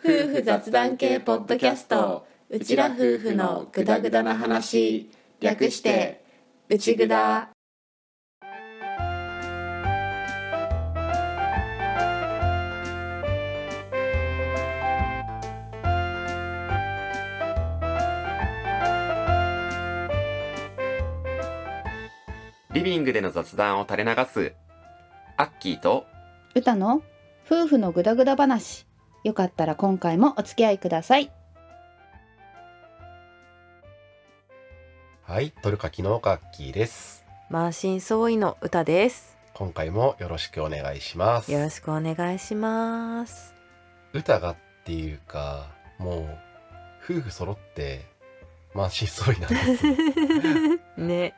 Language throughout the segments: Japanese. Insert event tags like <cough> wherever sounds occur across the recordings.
夫婦雑談系ポッドキャストうちら夫婦のグダグダな話略してうちぐだリビングでの雑談を垂れ流すアッキーと歌の夫婦のグダグダ話よかったら今回もお付き合いくださいはい、トルカキのガッキーです。満身創痍の歌です今回もよろしくお願いします。よろしくお願いします歌がっていうか、もう夫婦揃って満身創痍なんです。 <laughs> ね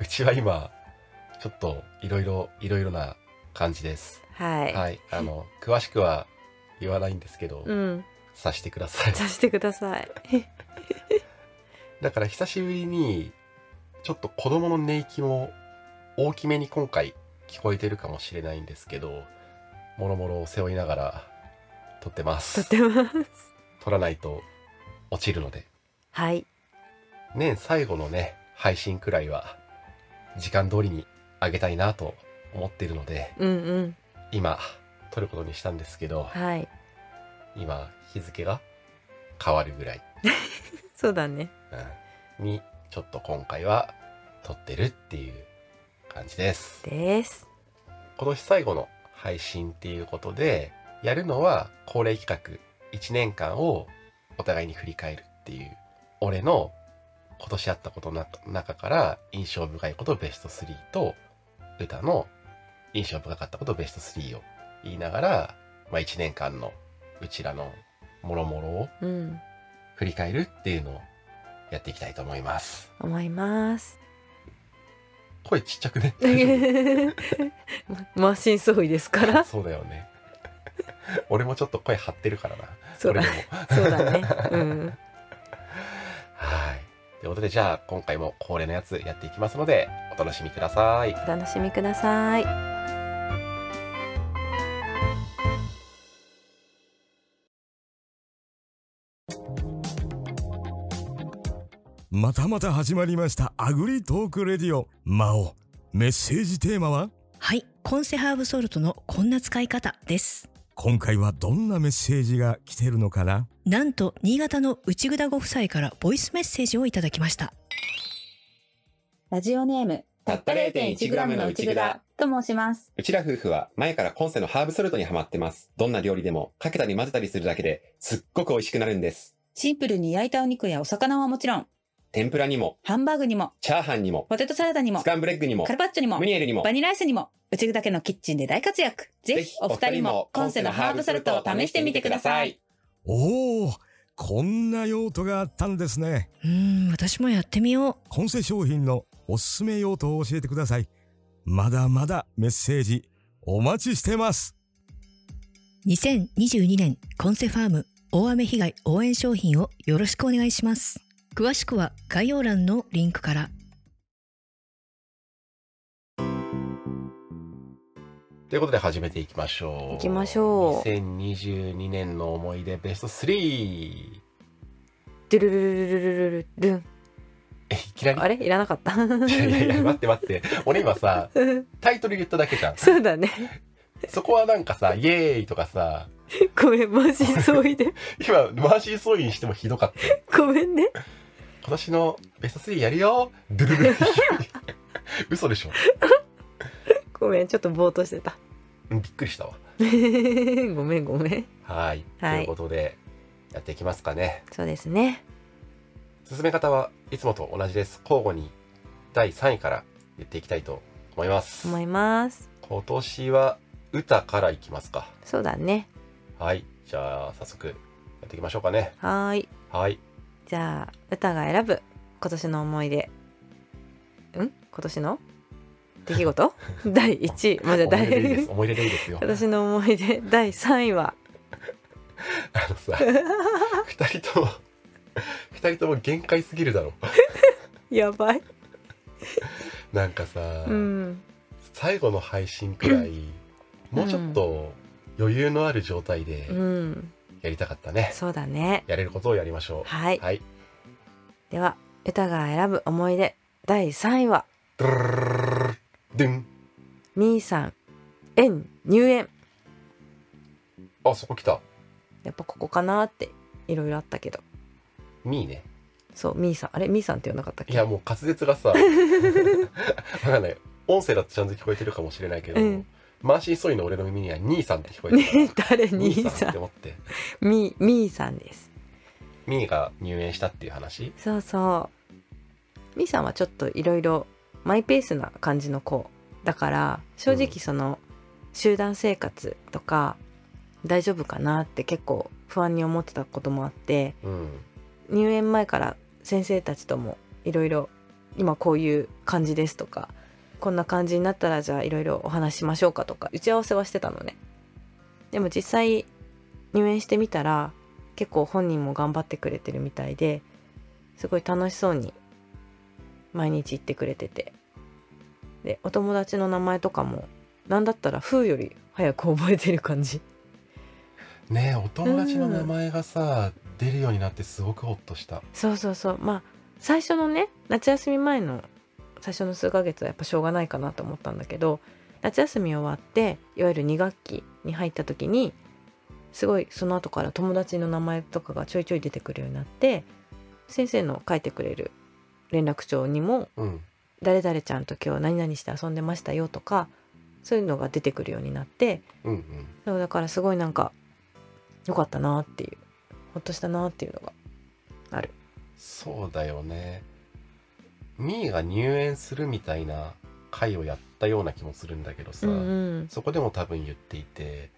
うちは今ちょっといろいろいろいろな感じです。はい、はい、あの詳しくは言わないんですけど、うん察してください。さしてくださいだから久しぶりにちょっと子供の寝息も大きめに今回聞こえてるかもしれないんですけど、もろもろを背負いながら撮ってます。とってます撮らないと落ちるのではい年最後のね配信くらいは時間通りにあげたいなと思っているのでうんうん今撮ることにしたんですけどはい今日付が変わるぐらい、そうだねうんにちょっと今回は撮ってるっていう感じですです今年最後の配信っていうことでやるのは恒例企画1年間をお互いに振り返るっていう俺の今年あったことの中中から印象深いことベスト3と歌の印象深かったことベスト3を言いながら、まあ、1年間のうちらのもろもろをうん振り返るっていうのをやっていきたいと思います思います声ちっちゃく <laughs> ね満身創痍ですから <laughs> そうだよね俺もちょっと声張ってるからなそうだ俺でもそうだねうんはい。ということで、じゃあ、今回も恒例のやつやっていきますので、お楽しみください。お楽しみくださいまたまた始まりましたアグリトークレディオ魔王メッセージテーマははい、コンセハーブソルトのこんな使い方です。今回はどんなメッセージが来てるのかななんと新潟の内ぐだご夫妻からボイスメッセージをいただきました。ラジオネームたった 0.1g の内ぐだと申しますうちら夫婦は前からコンセのハーブソルトにハマってますどんな料理でもかけたり混ぜたりするだけですっごく美味しくなるんですシンプルに焼いたお肉やお魚はもちろん、天ぷらにもハンバーグにも、チャーハンにもポテトサラダにもス、カンブレッグにもカルパッチョにもム、ニエルにもバニラアイスにも、うちぐだけのキッチンで大活躍。ぜひお二人もコンセのハーブソルトを試してみてください。おおこんな用途があったんですねうーん、私もやってみよう。今世商品のおすすめ用途を教えてくださいまだまだメッセージお待ちしてます2022年コンセファーム大雨被害応援商品をよろしくお願いします。詳しくは概要欄のリンクから。ということで、始めていきましょう。行きましょう2022年の思い出ベスト 3! ドゥルルルルルルルルンえ、いきなりあれいらなかった <laughs> いやいやいや、待って待って。俺今さ、タイトル言っただけじゃん。そうだねそこはなんかさ、イエーイとかさ、ごめん満身創痍で今、マーシーソーイにしてもひどかったよ。ごめんね今年のベスト3やるよ <laughs> ドゥルルル嘘でしょごめんちょっとぼーっとしてたうんびっくりしたわ。ごめんごめんはい。はいということで、やっていきますかね。そうですね進め方はいつもと同じです交互に第3位から言っていきたいと思います思います今年は歌からいきますかそうだねはいじゃあ早速やっていきましょうかねはーいはいじゃあ歌が選ぶ今年の思い出ん今年の出来事第1位まだ思い第出でいいです思い出でいいですよ私の思い出第3位は <laughs> あのさ二人とも二人とも限界すぎるだろやばいなんかさ、うん最後の配信くらいもうちょっと余裕のある状態でうんやりたかったねそうだねやれることをやりましょうはい、はいでは歌が選ぶ思い出第3位はドゥルルルルルルドゥンみーさん園入園あそこ来たやっぱここかなっていろいろあったけどミーねそうみーさんあれみーさんって言わなかったっけいやもう滑舌がさわかんない音声だとちゃんと聞こえてるかもしれないけど、うんマーシーソイの俺の耳には兄さんって聞こえてね <laughs> 誰たに兄ーさんさっんて思ってみみーさんですミーが入園したっていう話そうそうみーさんはちょっといろいろマイペースな感じの子だから正直その集団生活とか大丈夫かなって結構不安に思ってたこともあってうん入園前から先生たちともいろいろ今こういう感じですとかこんな感じになったらじゃあいろいろお話ししましょうかとか打ち合わせはしてたのねでも実際入園してみたら結構本人も頑張ってくれてるみたいですごい楽しそうに毎日行ってくれててでお友達の名前とかも何だったら「風」より早く覚えてる感じねえお友達の名前がさ、出るようになってすごくホッとしたそうそうそうまあ最初のね夏休み前の最初の数ヶ月はやっぱしょうがないかなと思ったんだけど夏休み終わっていわゆる2学期に入った時にすごいその後から友達の名前とかがちょいちょい出てくるようになって先生の書いてくれる連絡帳にもうん「誰々ちゃんと今日何々して遊んでましたよ」とかそういうのが出てくるようになってうんうんそうだからすごいなんか良かったなっていうほっとしたなっていうのがそうだよねミーが入園するみたいな回をやったような気もするんだけどさ、うんうんそこでも多分言っていて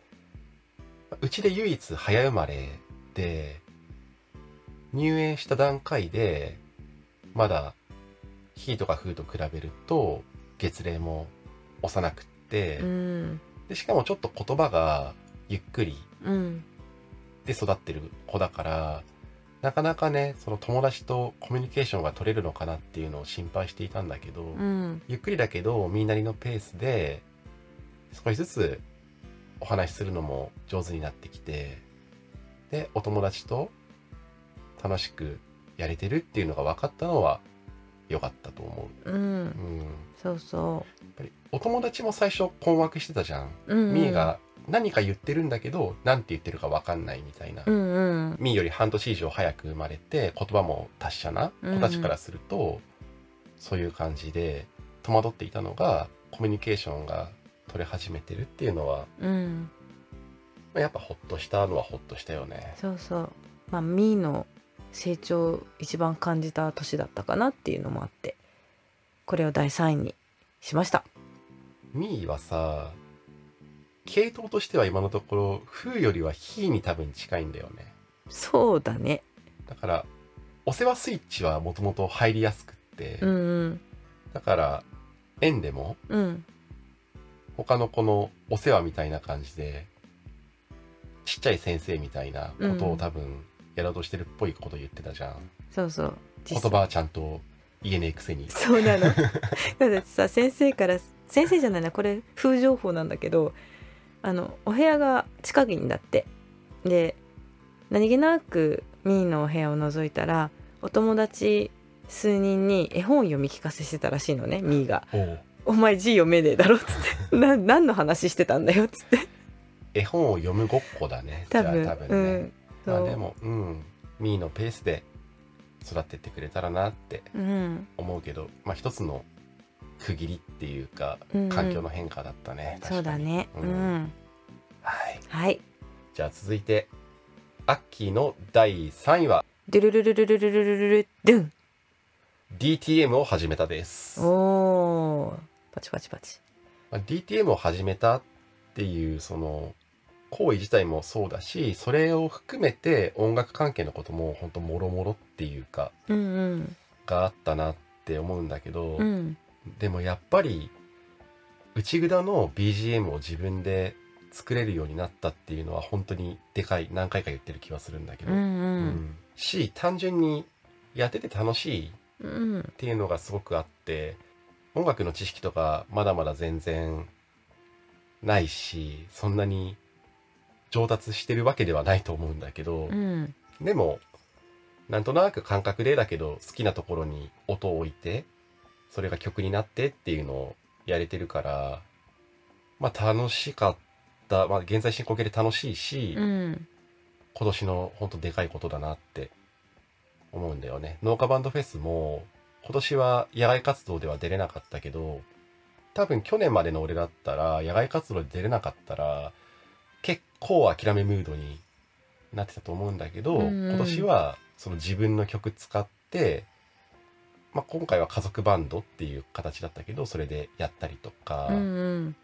うちで唯一早生まれで入園した段階でまだヒーとかフーと比べると月齢も幼くって、うんでしかもちょっと言葉がゆっくりうんで育ってる子だからなかなかねその友達とコミュニケーションが取れるのかなっていうのを心配していたんだけど、うんゆっくりだけどみんなりのペースで少しずつお話しするのも上手になってきてでお友達と楽しくやれてるっていうのが分かったのは良かったと思うう、んうん、やっそうそぱりお友達も最初困惑してたじゃん、う、うんうん、みーが何か言ってるんだけど何て言ってるか分かんないみたいな、うんうんみーより半年以上早く生まれて言葉も達者な子たちからすると、そういう感じで戸惑っていたのがコミュニケーションが取れ始めてるっていうのはうんまあやっぱほっとしたのはほっとしたよね。そうそうまあみーの成長を一番感じた年だったかなっていうのもあってこれを第3位にしましたみーはさ系統としては今のところ「風」よりは「ひ」に多分近いんだよね。そうだねだからお世話スイッチはもともと入りやすくって、うんうんだから縁でもうん他の子のお世話みたいな感じでちっちゃい先生みたいなことを多分やろうとしてるっぽいこと言ってたじゃん、そうそう言葉はちゃんと言えねえくせにそうなのだってさ先生から先生じゃないなこれ風情報なんだけどあのお部屋が近くにだってで何気なくミーのお部屋を覗いたらお友達数人に絵本を読み聞かせしてたらしいのねミーがおう「お前字読めねえだろ」っつって「な何の話してたんだよ」っつって絵本を読むごっこだね多分じゃあ多分ね、うんまあそうでもうんみーのペースで育ってってくれたらなってうん思うけどまあ一つの区切りっていうかうんうん環境の変化だったね、そう確かだにねうん、はいはいじゃあ続いてアッキーの第3位はドゥルルルルルルルルルルドゥン DTM を始めたですおーパチパチパチまあ DTM を始めたっていうその行為自体もそうだしそれを含めて音楽関係のことも本当もろもろっていうかうんがあったなって思うんだけうど、んうんでもやっぱり内札の BGM を自分で作れるようになったっていうのは本当にでかい何回か言ってる気はするんだけうど、んううんんし単純にやってて楽しいうんっていうのがすごくあって音楽の知識とかまだまだ全然ないしそんなに上達してるわけではないと思うんだけど、うんでもなんとなく感覚でだけど好きなところに音を置いてそれが曲になってっていうのをやれてるからまあ楽しかった、まあ、現在進行形で楽しいし、うん今年の本当でかいことだなって思うんだよね。農家バンドフェスも今年は野外活動では出れなかったけど、多分去年までの俺だったら野外活動で出れなかったら結構諦めムードになってたと思うんだけど、うんうん今年はその自分の曲使って、まあ、今回は家族バンドっていう形だったけど、それでやったりとか、うん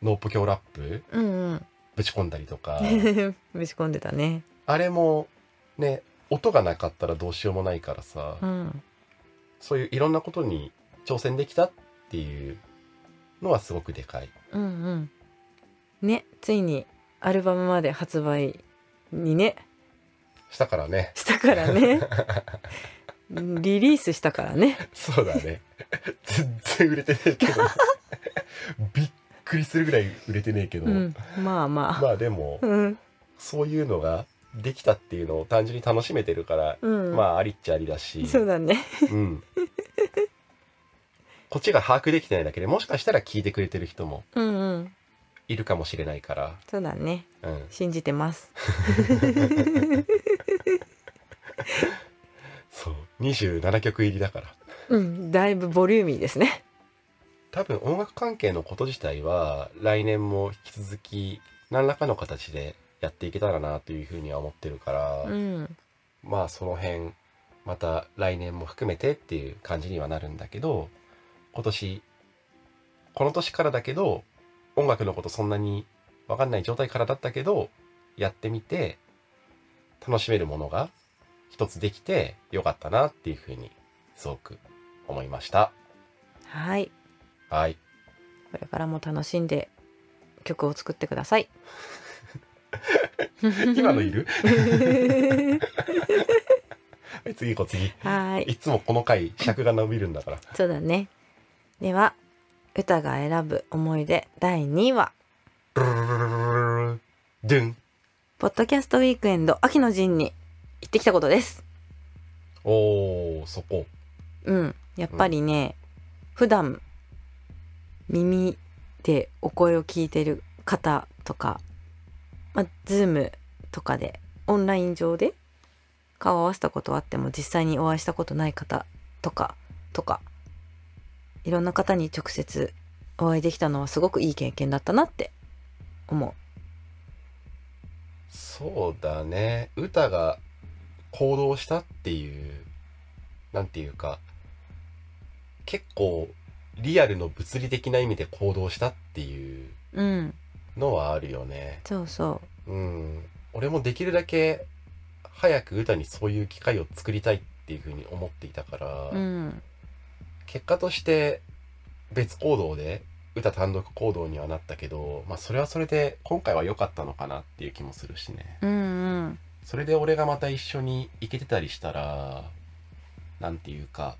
ノープ教ラップうんうんぶち込んだり <laughs> とか、うんぶち込んでたねあれもね音がなかったらどうしようもないからさ、うんそういういろんなことに挑戦できたっていうのはすごくでかいうんうんねついにアルバムまで発売にねしたからね <laughs> したからねリリースしたからねそうだね全然売れてね <laughs> えけどびっくりするぐらい売れてねえけど、うんまあまあまあでもうんそういうのができたっていうのを単純に楽しめてるから、うんまあありっちゃありだしそうだねうん、こっちが把握できてないだけでもしかしたら聞いてくれてる人もうんうんいるかもしれないから、そうだねうん、信じてますそう27曲入りだからうんだいぶボリューミーですね多分音楽関係のこと自体は来年も引き続き何らかの形でやっていけたらなというふうには思ってるから、うんまあその辺また来年も含めてっていう感じにはなるんだけど今年この年からだけど音楽のことそんなに分かんない状態からだったけどやってみて楽しめるものが一つできてよかったなっていうふうにすごく思いました。はいはいこれからも楽しんで曲を作ってください今のいるはい次行こう次はいいつもこの回尺が伸びるんだからそうだねでは歌が選ぶ思い出第2位はドゥルルルルルルルドゥンポッドキャストウィークエンド秋の陣に行ってきたことですおーそこうんやっぱりね、普段耳でお声を聞いてる方とかまあズームとかでオンライン上で顔を合わせたことはあっても実際にお会いしたことない方とかとかいろんな方に直接お会いできたのはすごくいい経験だったなって思うそうだね歌が行動したっていうなんていうか結構リアルの物理的な意味で行動したっていううん、のはあるよねそうそうん俺もできるだけ早く歌にそういう機会を作りたいっていうふうに思っていたから、う。うん、結果として別行動で歌単独行動にはなったけど、まあ、それはそれで今回は良かったのかなっていう気もするしねうん、うん、それで俺がまた一緒に行けてたりしたらなんていうか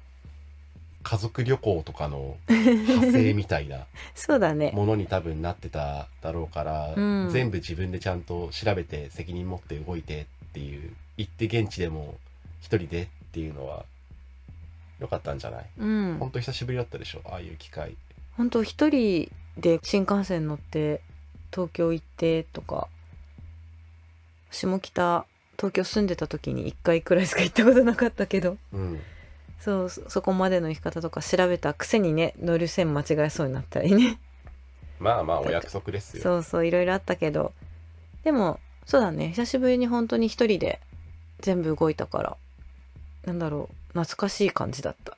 家族旅行とかの派生みたいなそうだね。ものに多分なってただろうから、うん全部自分でちゃんと調べて責任持って動いてっていう行って現地でも一人でっていうのは良かったんじゃないうんほん、と久しぶりだったでしょああいう機会本当一人で新幹線乗って東京行ってとか下北東京住んでた時に1回くらいしか行ったことなかったけどうんそうそそこまでの行き方とか調べたくせにね乗る線間違えそうになったりねまあまあお約束ですよそうそういろいろあったけどでもそうだね久しぶりに本当に一人で全部動いたからなんだろう懐かしい感じだった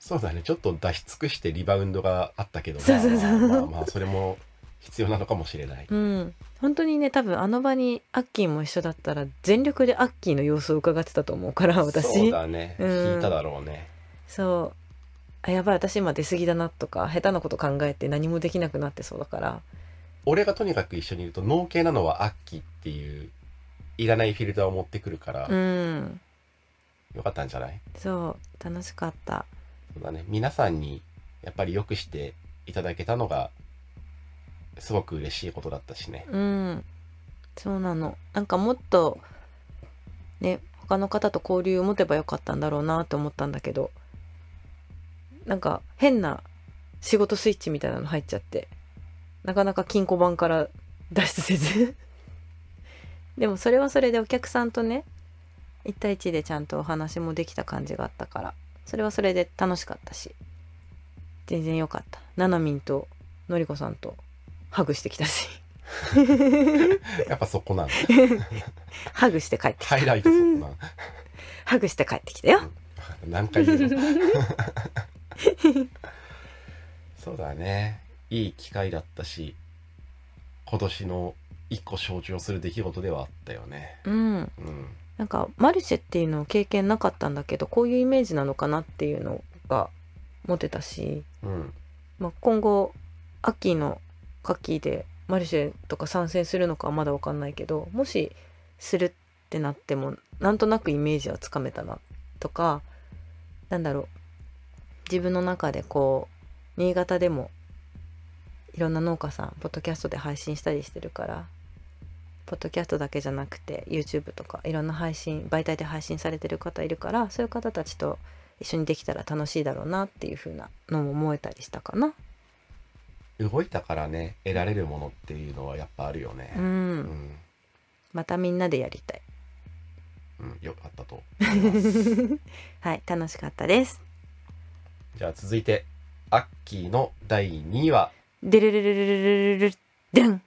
そうだねちょっと出し尽くしてリバウンドがあったけどそうそうそうまあまあまあまあそれも必要なのかもしれないうん本当にね多分あの場にアッキーも一緒だったら全力でアッキーの様子を伺ってたと思うから私そうだねうん引いただろうねそうあやばい私今出過ぎだなとか下手なこと考えて何もできなくなってそうだから俺がとにかく一緒にいると脳系なのはアッキーっていういらないフィルターを持ってくるから、うんよかったんじゃないそう楽しかったそうだね皆さんにやっぱり良くしていただけたのがすごく嬉しいことだったしねうんそうなのなんかもっとね他の方と交流を持てばよかったんだろうなって思ったんだけどなんか変な仕事スイッチみたいなの入っちゃってなかなか金庫番から脱出せず <laughs> でもそれはそれでお客さんとね1対1でちゃんとお話もできた感じがあったからそれはそれで楽しかったし全然良かったななみんとのりこさんとハグしてきたしやっぱそこ <laughs> なんだ。ハグして帰ってきハたイライトそこなんだ。 <laughs> わハグして帰ってきたよかった何回言うの <laughs> そうだね。いい機会だったし、今年の一個象徴する出来事ではあったよね。うんうん。なんかマルシェっていうのを経験なかったんだけどこういうイメージなのかなっていうのが持てたし、うん。まあ、今後秋の夏季でマルシェとか参戦するのかはまだ分かんないけどもしするってなってもなんとなくイメージはつかめたなとかなんだろう自分の中でこう新潟でもいろんな農家さんポッドキャストで配信したりしてるからポッドキャストだけじゃなくて YouTube とかいろんな配信媒体で配信されてる方いるからそういう方たちと一緒にできたら楽しいだろうなっていう風なのも思えたりしたかな。動いたからね、得られるものっていうのはやっぱあるよね。う、うんん。またみんなでやりたい。うん。よかったと思います。はい、楽しかったです。じゃあ続いて、アッキーの第2位は、でるるるるるるるるでん。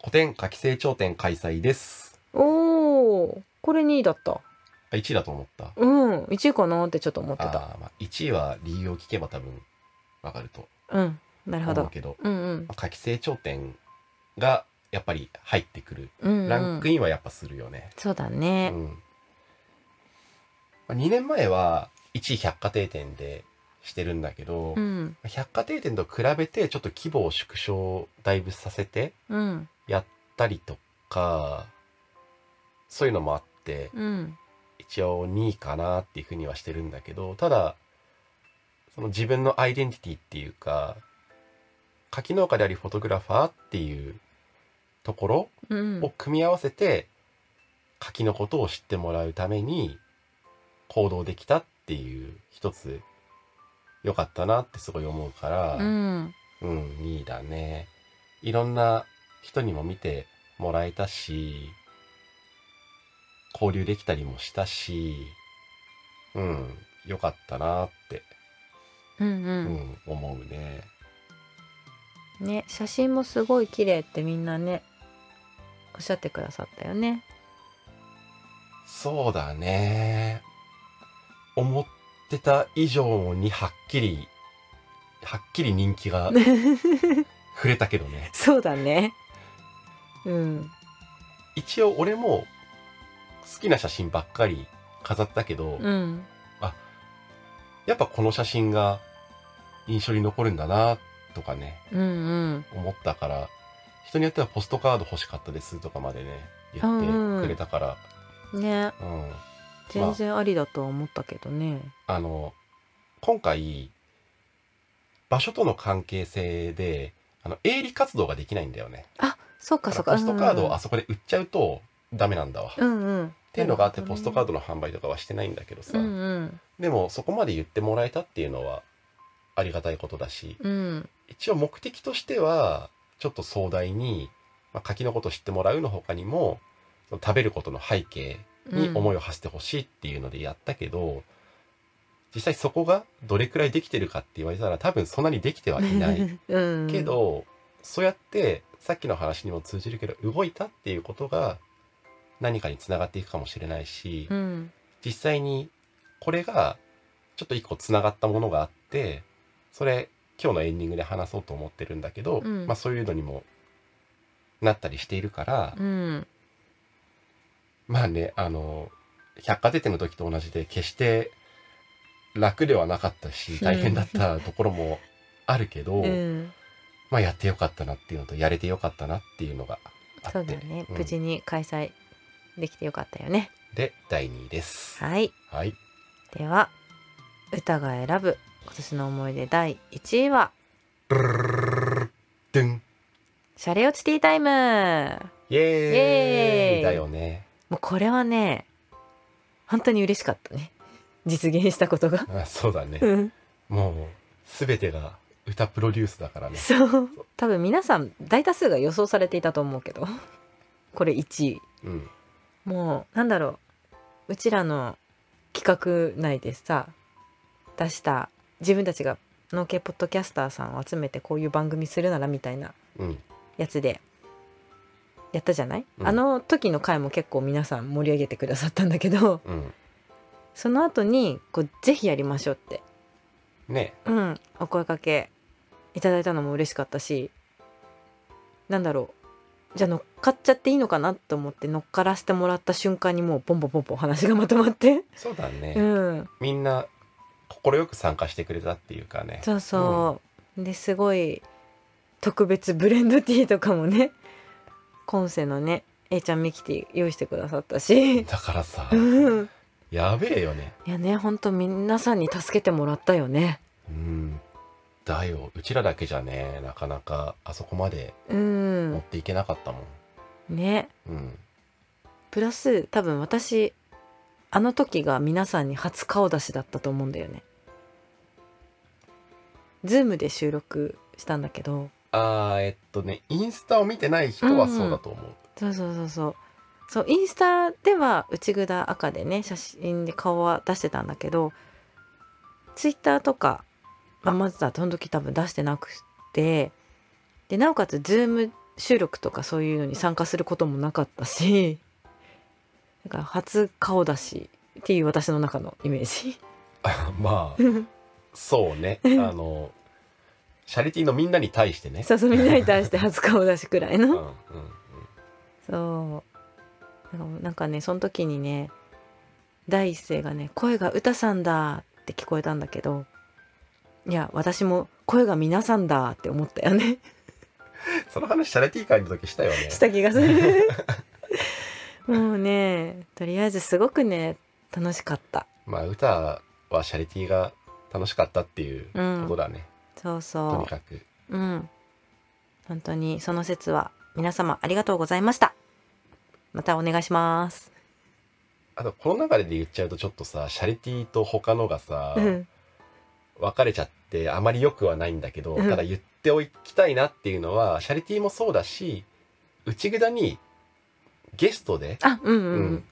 古典夏季成長展開催です。おー、これ2位だった。あ1位だと思った。うん、1位かなってちょっと思ってた。あーまあ、1位は理由を聞けば多分わかるとうん、なるほ思うど。けど、うんうん夏季成長展がやっぱり入ってくる。うんうん。ランクインはやっぱするよね。そうだうね。ん。まあ、2年前は1位百貨定店でしてるんだけど、うん百貨定店と比べてちょっと規模を縮小だいぶさせてうんやったりとか、そういうのもあって、うん一応2位かなっていうふうにはしてるんだけどただその自分のアイデンティティっていうか柿農家でありフォトグラファーっていうところうんを組み合わせて柿のことを知ってもらうために行動できたっていう一つ良かったなってすごい思うから、うんうん、2位だね。いろんな人にも見てもらえたし、交流できたりもしたし、うん、良かったなって、ううんん、思うね。うんね写真もすごい綺麗ってみんなねおっしゃってくださったよねそうだね。思ってた以上にはっきり、はっきり人気が触れたけどね。そうだねうん一応俺も好きな写真ばっかり飾ったけど、うんやっぱこの写真が印象に残るんだなとかね、うんうん思ったから、人によってはポストカード欲しかったですとかまでね、言うんうっんてくれたから、ねうん、全然ありだとは思ったけどね、あの、今回、場所との関係性で、あの、営利活動ができないんだよね。そっかそっかポストカードうんをあそこで売っちゃうとダメなんだわ。っうんうんってていうのがあって、ポストカードの販売とかはしてないんだけどさ、うんうんでもそこまで言ってもらえたっていうのはありがたいことだし、うん一応目的としてはちょっと壮大に、まあ、柿のこと知ってもらうの他にもその食べることの背景に思いを馳せてほしいっていうのでやったけど、実際そこがどれくらいできてるかって言われたら多分そんなにできてはいない <laughs> うんけど、そうやってさっきの話にも通じるけど動いたっていうことが何かにつながっていくかもしれないし、うん実際にこれがちょっと一個つながったものがあってそれ今日のエンディングで話そうと思ってるんだけど、うんまあそういうのにもなったりしているから、うんまあねあの百貨店の時と同じで決して楽ではなかったし大変だったところもあるけど、うんまあやってよかったなっていうのとやれてよかったなっていうのがあってそうだね、うん無事に開催できてよかったよねで第2位です。はいはい、では歌が選ぶ今年の思い出第1位はドゥンシャレオチティータイムイエーイエーイイだよね。もうこれはね本当に嬉しかったね実現したことが。あそうだね。うんもう、すべてが歌プロデュースだからね。そう多分皆さん大多数が予想されていたと思うけどこれ1位うん。もうなんだろううちらの企画内でさ出した自分たちが農系ポッドキャスターさんを集めてこういう番組するならみたいなうん。やつでやったじゃない、うんあの時の回も結構皆さん盛り上げてくださったんだけどうん。その後にこうぜひやりましょうってね。うん、お声かけいただいたのも嬉しかったしなんだろうじゃあ乗っかっちゃっていいのかなと思って乗っからせてもらった瞬間にもうポンポンポンポン話がまとまって、そうだね。うん、みんな、快く参加してくれたっていうかね。そうそう、ですごい特別ブレンドティーとかもね今世のね A ちゃんミキティ用意してくださったし、だからさ、うん、やべえよね。いやねほんと皆さんに助けてもらったよねうん。だよ。うちらだけじゃね、なかなかあそこまでう持っんていけなかったもん。ねうん。プラス多分私あの時が皆さんに初顔出しだったと思うんだよね。ズームで収録したんだけどあー、えっとね、インスタを見てない人はそうだと思う。 <laughs> そうそうそうそうそうインスタでは内ぐだ赤でね写真で顔は出してたんだけどツイッターとか、まあ、まずはその時多分出してなくてでなおかつズーム収録とかそういうのに参加することもなかったしだから初顔出しっていう私の中のイメージ。 <laughs> まあ、そうね。あの、シャリティのみんなに対してね。そうそうみんなに対して初顔出しくらいうんうのんうんそうなんかなんかねその時にね第一声がね「声が歌さんだ」って聞こえたんだけどいや私も声が皆さんだって思ったよねその話シャレティ会の時したよね。した気がするもうねとりあえずすごくね楽しかったまあ歌はシャレティが楽しかったっていううことんだね。そうとそにかく。ううん本当にその説は皆様ありがとうございましたまたお願いしますあとこの中で言っちゃうとちょっとさシャレティと他のがさ、うん分かれちゃってあまり良くはないんだけど、うんただ言っておきたいなっていうのはシャレティもそうだし内ぐだにゲストで、あうんうん、ううんん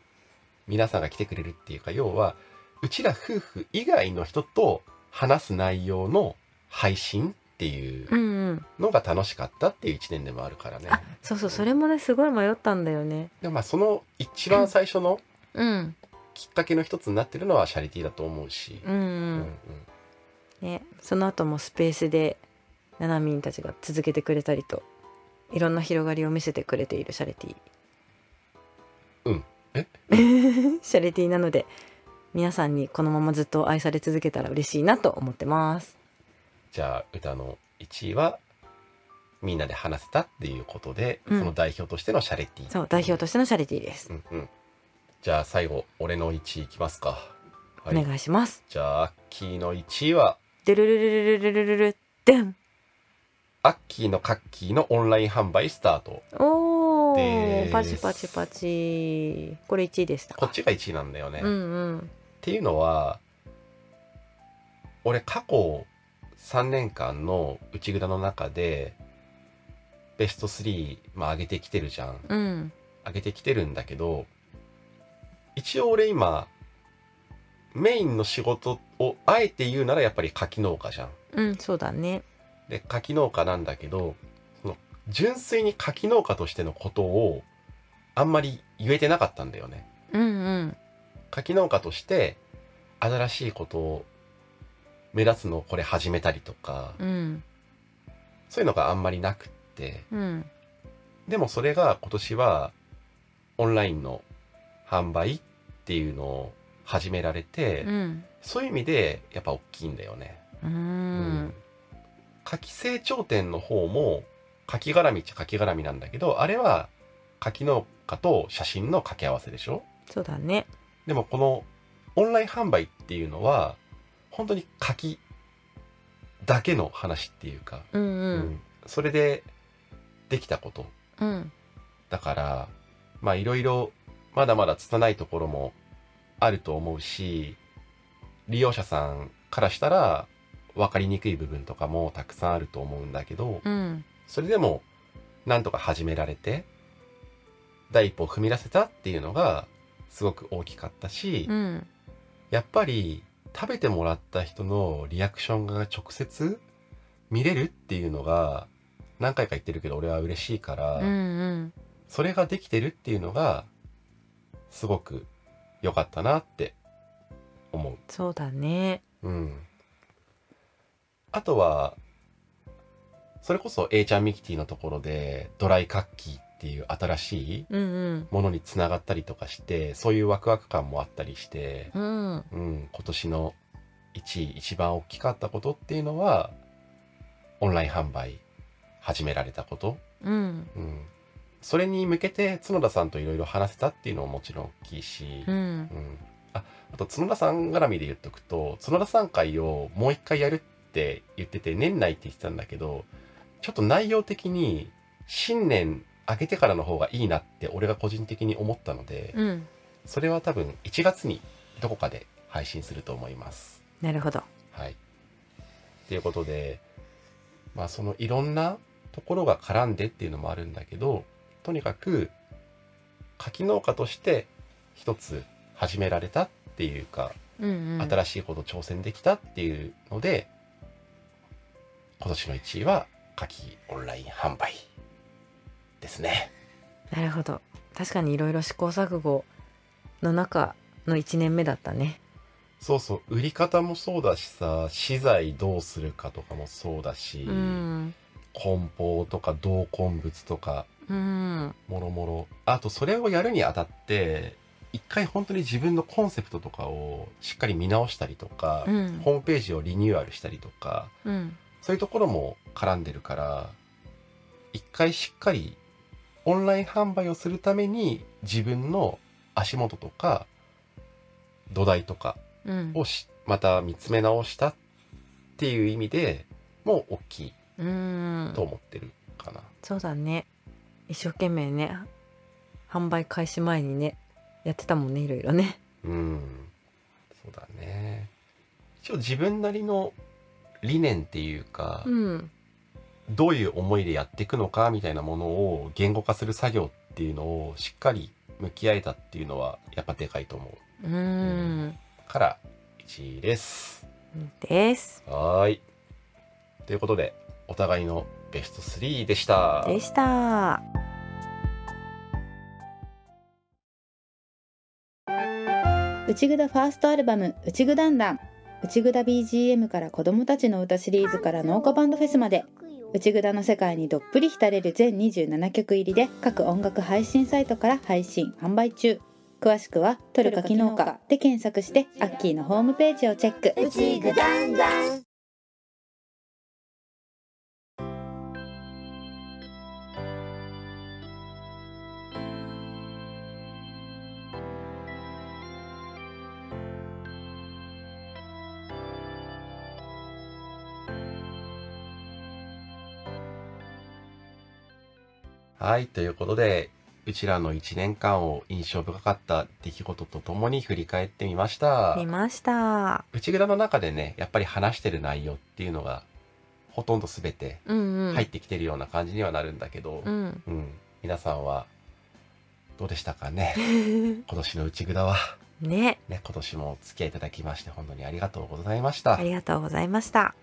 皆さんが来てくれるっていうか要はうちら夫婦以外の人と話す内容の配信っていううんうん、のが楽しかったっていう1年でもあるからね。あそうそうそれもねすごい迷ったんだよねでもまあその一番最初のうんきっかけの一つになってるのはシャリティだと思うし、うん、ううんね、その後もスペースでななみんたちが続けてくれたりといろんな広がりを見せてくれているシャレティうんえシャレティなので皆さんにこのままずっと愛され続けたら嬉しいなと思ってますじゃあ歌の1位はみんなで話せたっていうことで、うんその代表としてのシャレティそう代表としてのシャレティです、うんうん、じゃあ最後俺の1位いきますか、はい、お願いしますじゃあアッキーの1位はドゥルルルルルルルルルでんアッキーのカッキーのオンライン販売スタートおでーすパチパチパチこれ1位でしたこっちが1位なんだよね、うっんうんていうのは俺過去3年間の内札の中でベスト3、まあ、上げてきてるじゃんうん上げてきてるんだけど一応俺今メインの仕事をあえて言うならやっぱり柿農家じゃん。うんそうだねで柿農家なんだけどその純粋に柿農家としてのことをあんまり言えてなかったんだよね。うんうん柿農家として新しいことを目指すのをこれ始めたりとかうんそういうのがあんまりなくって。うんでもそれが今年はオンラインの販売っていうのを始められて、うんそういう意味でやっぱ大きいんだよね。うーん柿成長店の方も柿絡みっちゃ柿絡みなんだけどあれは柿農家と写真の掛け合わせでしょそうだね。でもこのオンライン販売っていうのは本当に柿だけの話っていうか、うんううんんそれでできたことうんだからまあいろいろまだまだ拙いところもあると思うし利用者さんからしたら分かりにくい部分とかもたくさんあると思うんだけど、うんそれでもなんとか始められて第一歩を踏み出せたっていうのがすごく大きかったし、うんやっぱり食べてもらった人のリアクションが直接見れるっていうのが何回か言ってるけど俺は嬉しいから、うんうんそれができてるっていうのがすごく良かったなって思そうだねう。うん、あとはそれこそ A ちゃんミキティのところでドライカッキーっていう新しいうんものにつながったりとかしてそういうワクワク感もあったりしてうんうんうん、今年の1位一番大きかったことっていうのはオンライン販売始められたこと、うんうん、それに向けて角田さんといろいろ話せたっていうのももちろん大きいし、うんうんああと角田さん絡みで言っとくと角田さん会をもう一回やるって言ってて年内って言ってたんだけどちょっと内容的に新年明けてからの方がいいなって俺が個人的に思ったので。うんそれは多分1月にどこかで配信すると思います。なるほどはい。ということで、まあそのいろんなところが絡んでっていうのもあるんだけど、とにかく柿農家として一つ始められたっていうか、うんうん新しいこと挑戦できたっていうので、今年の1位は柿オンライン販売ですね。なるほど確かにいろいろ試行錯誤の中の1年目だったねそうそう売り方もそうだしさ資材どうするかとかもそうだし、うん梱包とか同梱物とかうんもろもろあとそれをやるにあたって一回本当に自分のコンセプトとかをしっかり見直したりとか、うんホームページをリニューアルしたりとかうんそういうところも絡んでるから一回しっかりオンライン販売をするために自分の足元とか土台とかうんをしまた見つめ直したっていう意味でもう大きいうんと思ってるかな、そうだね一生懸命ね販売開始前にねやってたもんねいろいろねうん、そうだね一応自分なりの理念っていうか、うんどういう思いでやっていくのかみたいなものを言語化する作業っていうのをしっかり向き合えたっていうのはやっぱでかいと思ううんから1位ですですはーいということでお互いのベスト3でしたでした内ぐだファーストアルバム「内ぐだんだん」内ぐだ BGM から子供たちの歌シリーズから農家バンドフェスまで内ぐだの世界にどっぷり浸れる全27曲入りで各音楽配信サイトから配信販売中詳しくは「トルカ機能家」で検索してアッキーのホームページをチェックはい、ということで、うちらの1年間を印象深かった出来事とともに振り返ってみました見。ました内蔵の中でね、やっぱり話してる内容っていうのが、ほとんど全てうんうん入ってきてるような感じにはなるんだけど、うん <laughs> うん、皆さんは、どうでしたかね今年の内蔵は、ねね、今年もお付き合いいただきまして、本当にありがとうございましたあ。りがとうございました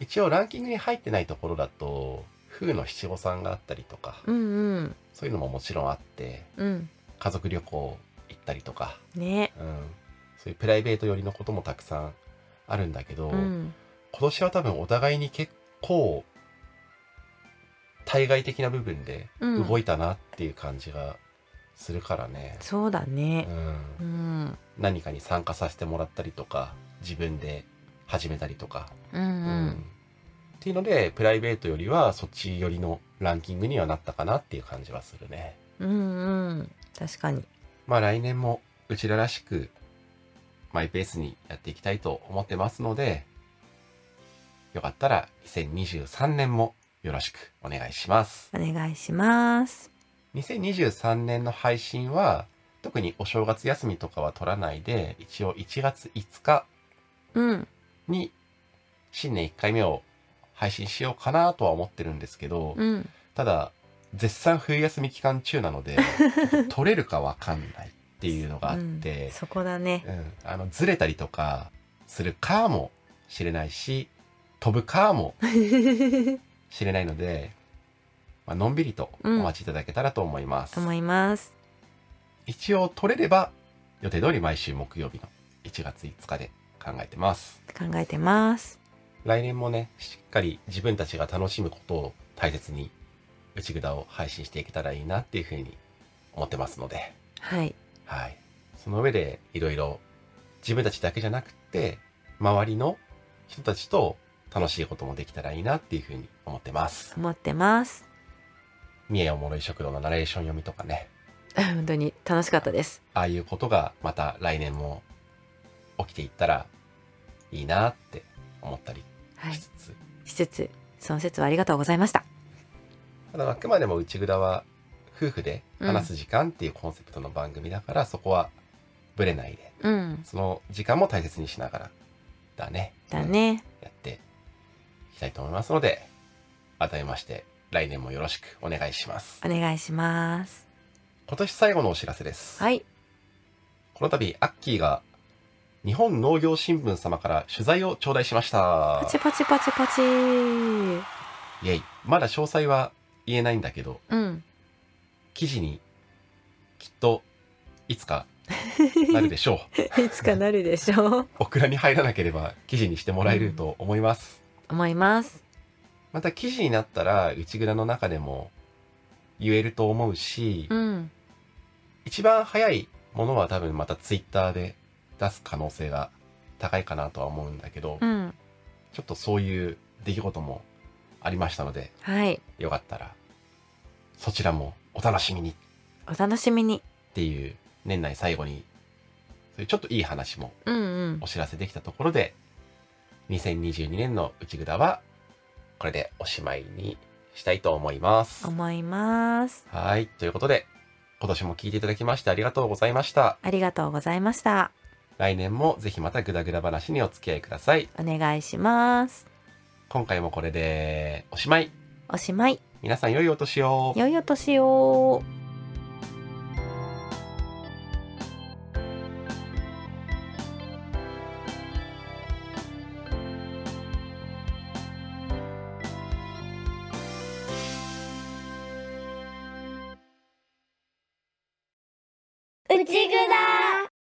一応ランキングに入ってないところだと、風の七五三があったりとか、うんうんそういうのももちろんあって、うん家族旅行行ったりとか、ねうん、そういうプライベート寄りのこともたくさんあるんだけど、うん今年は多分お互いに結構対外的な部分でうん動いたなっていう感じがするからね、そうだうねん、うん何かに参加させてもらったりとか自分で始めたりとか、ううんんっていうのでプライベートよりはそっち寄りのランキングにはなったかなっていう感じはするね。うんうんうん確かにまあ来年もうちららしくマイペースにやっていきたいと思ってますので、よかったら2023年もよろしくお願いします。お願いします2023年の配信は特にお正月休みとかは取らないで一応1月5日うんに新年1回目を配信しようかなとは思ってるんですけど、うんただ絶賛冬休み期間中なので取れるかわかんないっていうのがあって、そこだねうんあのずれたりとかするかもしれないし飛ぶか <laughs> もしれないので、まあのんびりとお待ちいただけたらと思います。思います一応取れれば予定通り毎週木曜日の1月5日で考えてます考えてます来年もねしっかり自分たちが楽しむことを大切に内札を配信していけたらいいなっていうふうに思ってますのではいはいその上でいろいろ自分たちだけじゃなくて周りの人たちと楽しいこともできたらいいなっていうふうに思ってます思ってます三重おもろい食堂のナレーション読みとかね <laughs> 本当に楽しかったですああいうことがまた来年も起きていったらいいなって思ったりはいしつつ、しつつその説はありがとうございましたただあくまでも内蔵は夫婦で話す時間っていうコンセプトの番組だから、そこはぶれないでうんその時間も大切にしながらだねだねやっていきたいと思いますので改めまして来年もよろしくお願いしますお願いします今年最後のお知らせです、はいこの度アッキーが日本農業新聞様から取材を頂戴しましたパチパチパチパチイェイ。まだ詳細は言えないんだけど、うん記事にきっといつかなるでしょ <laughs> う。いつかなるでしょうオクラに入らなければ記事にしてもらえると思います。思いますまた記事になったら内蔵の中でも言えると思うし、うん一番早いものは多分またツイッターで出す可能性が高いかなとは思うんだけど、うんちょっとそういう出来事もありましたので、はいよかったらそちらもお楽しみに。お楽しみにっていう年内最後にそういうちょっといい話もうんうんお知らせできたところで2022年の内札はこれでおしまいにしたいと思います。思いますはい。ということで今年も聞いていただきましてありがとうございました。ありがとうございました来年もぜひまたグダグダ話にお付き合いください。お願いします今回もこれでおしまい。おしまい皆さん良いお年を。良いお年をうちぐだ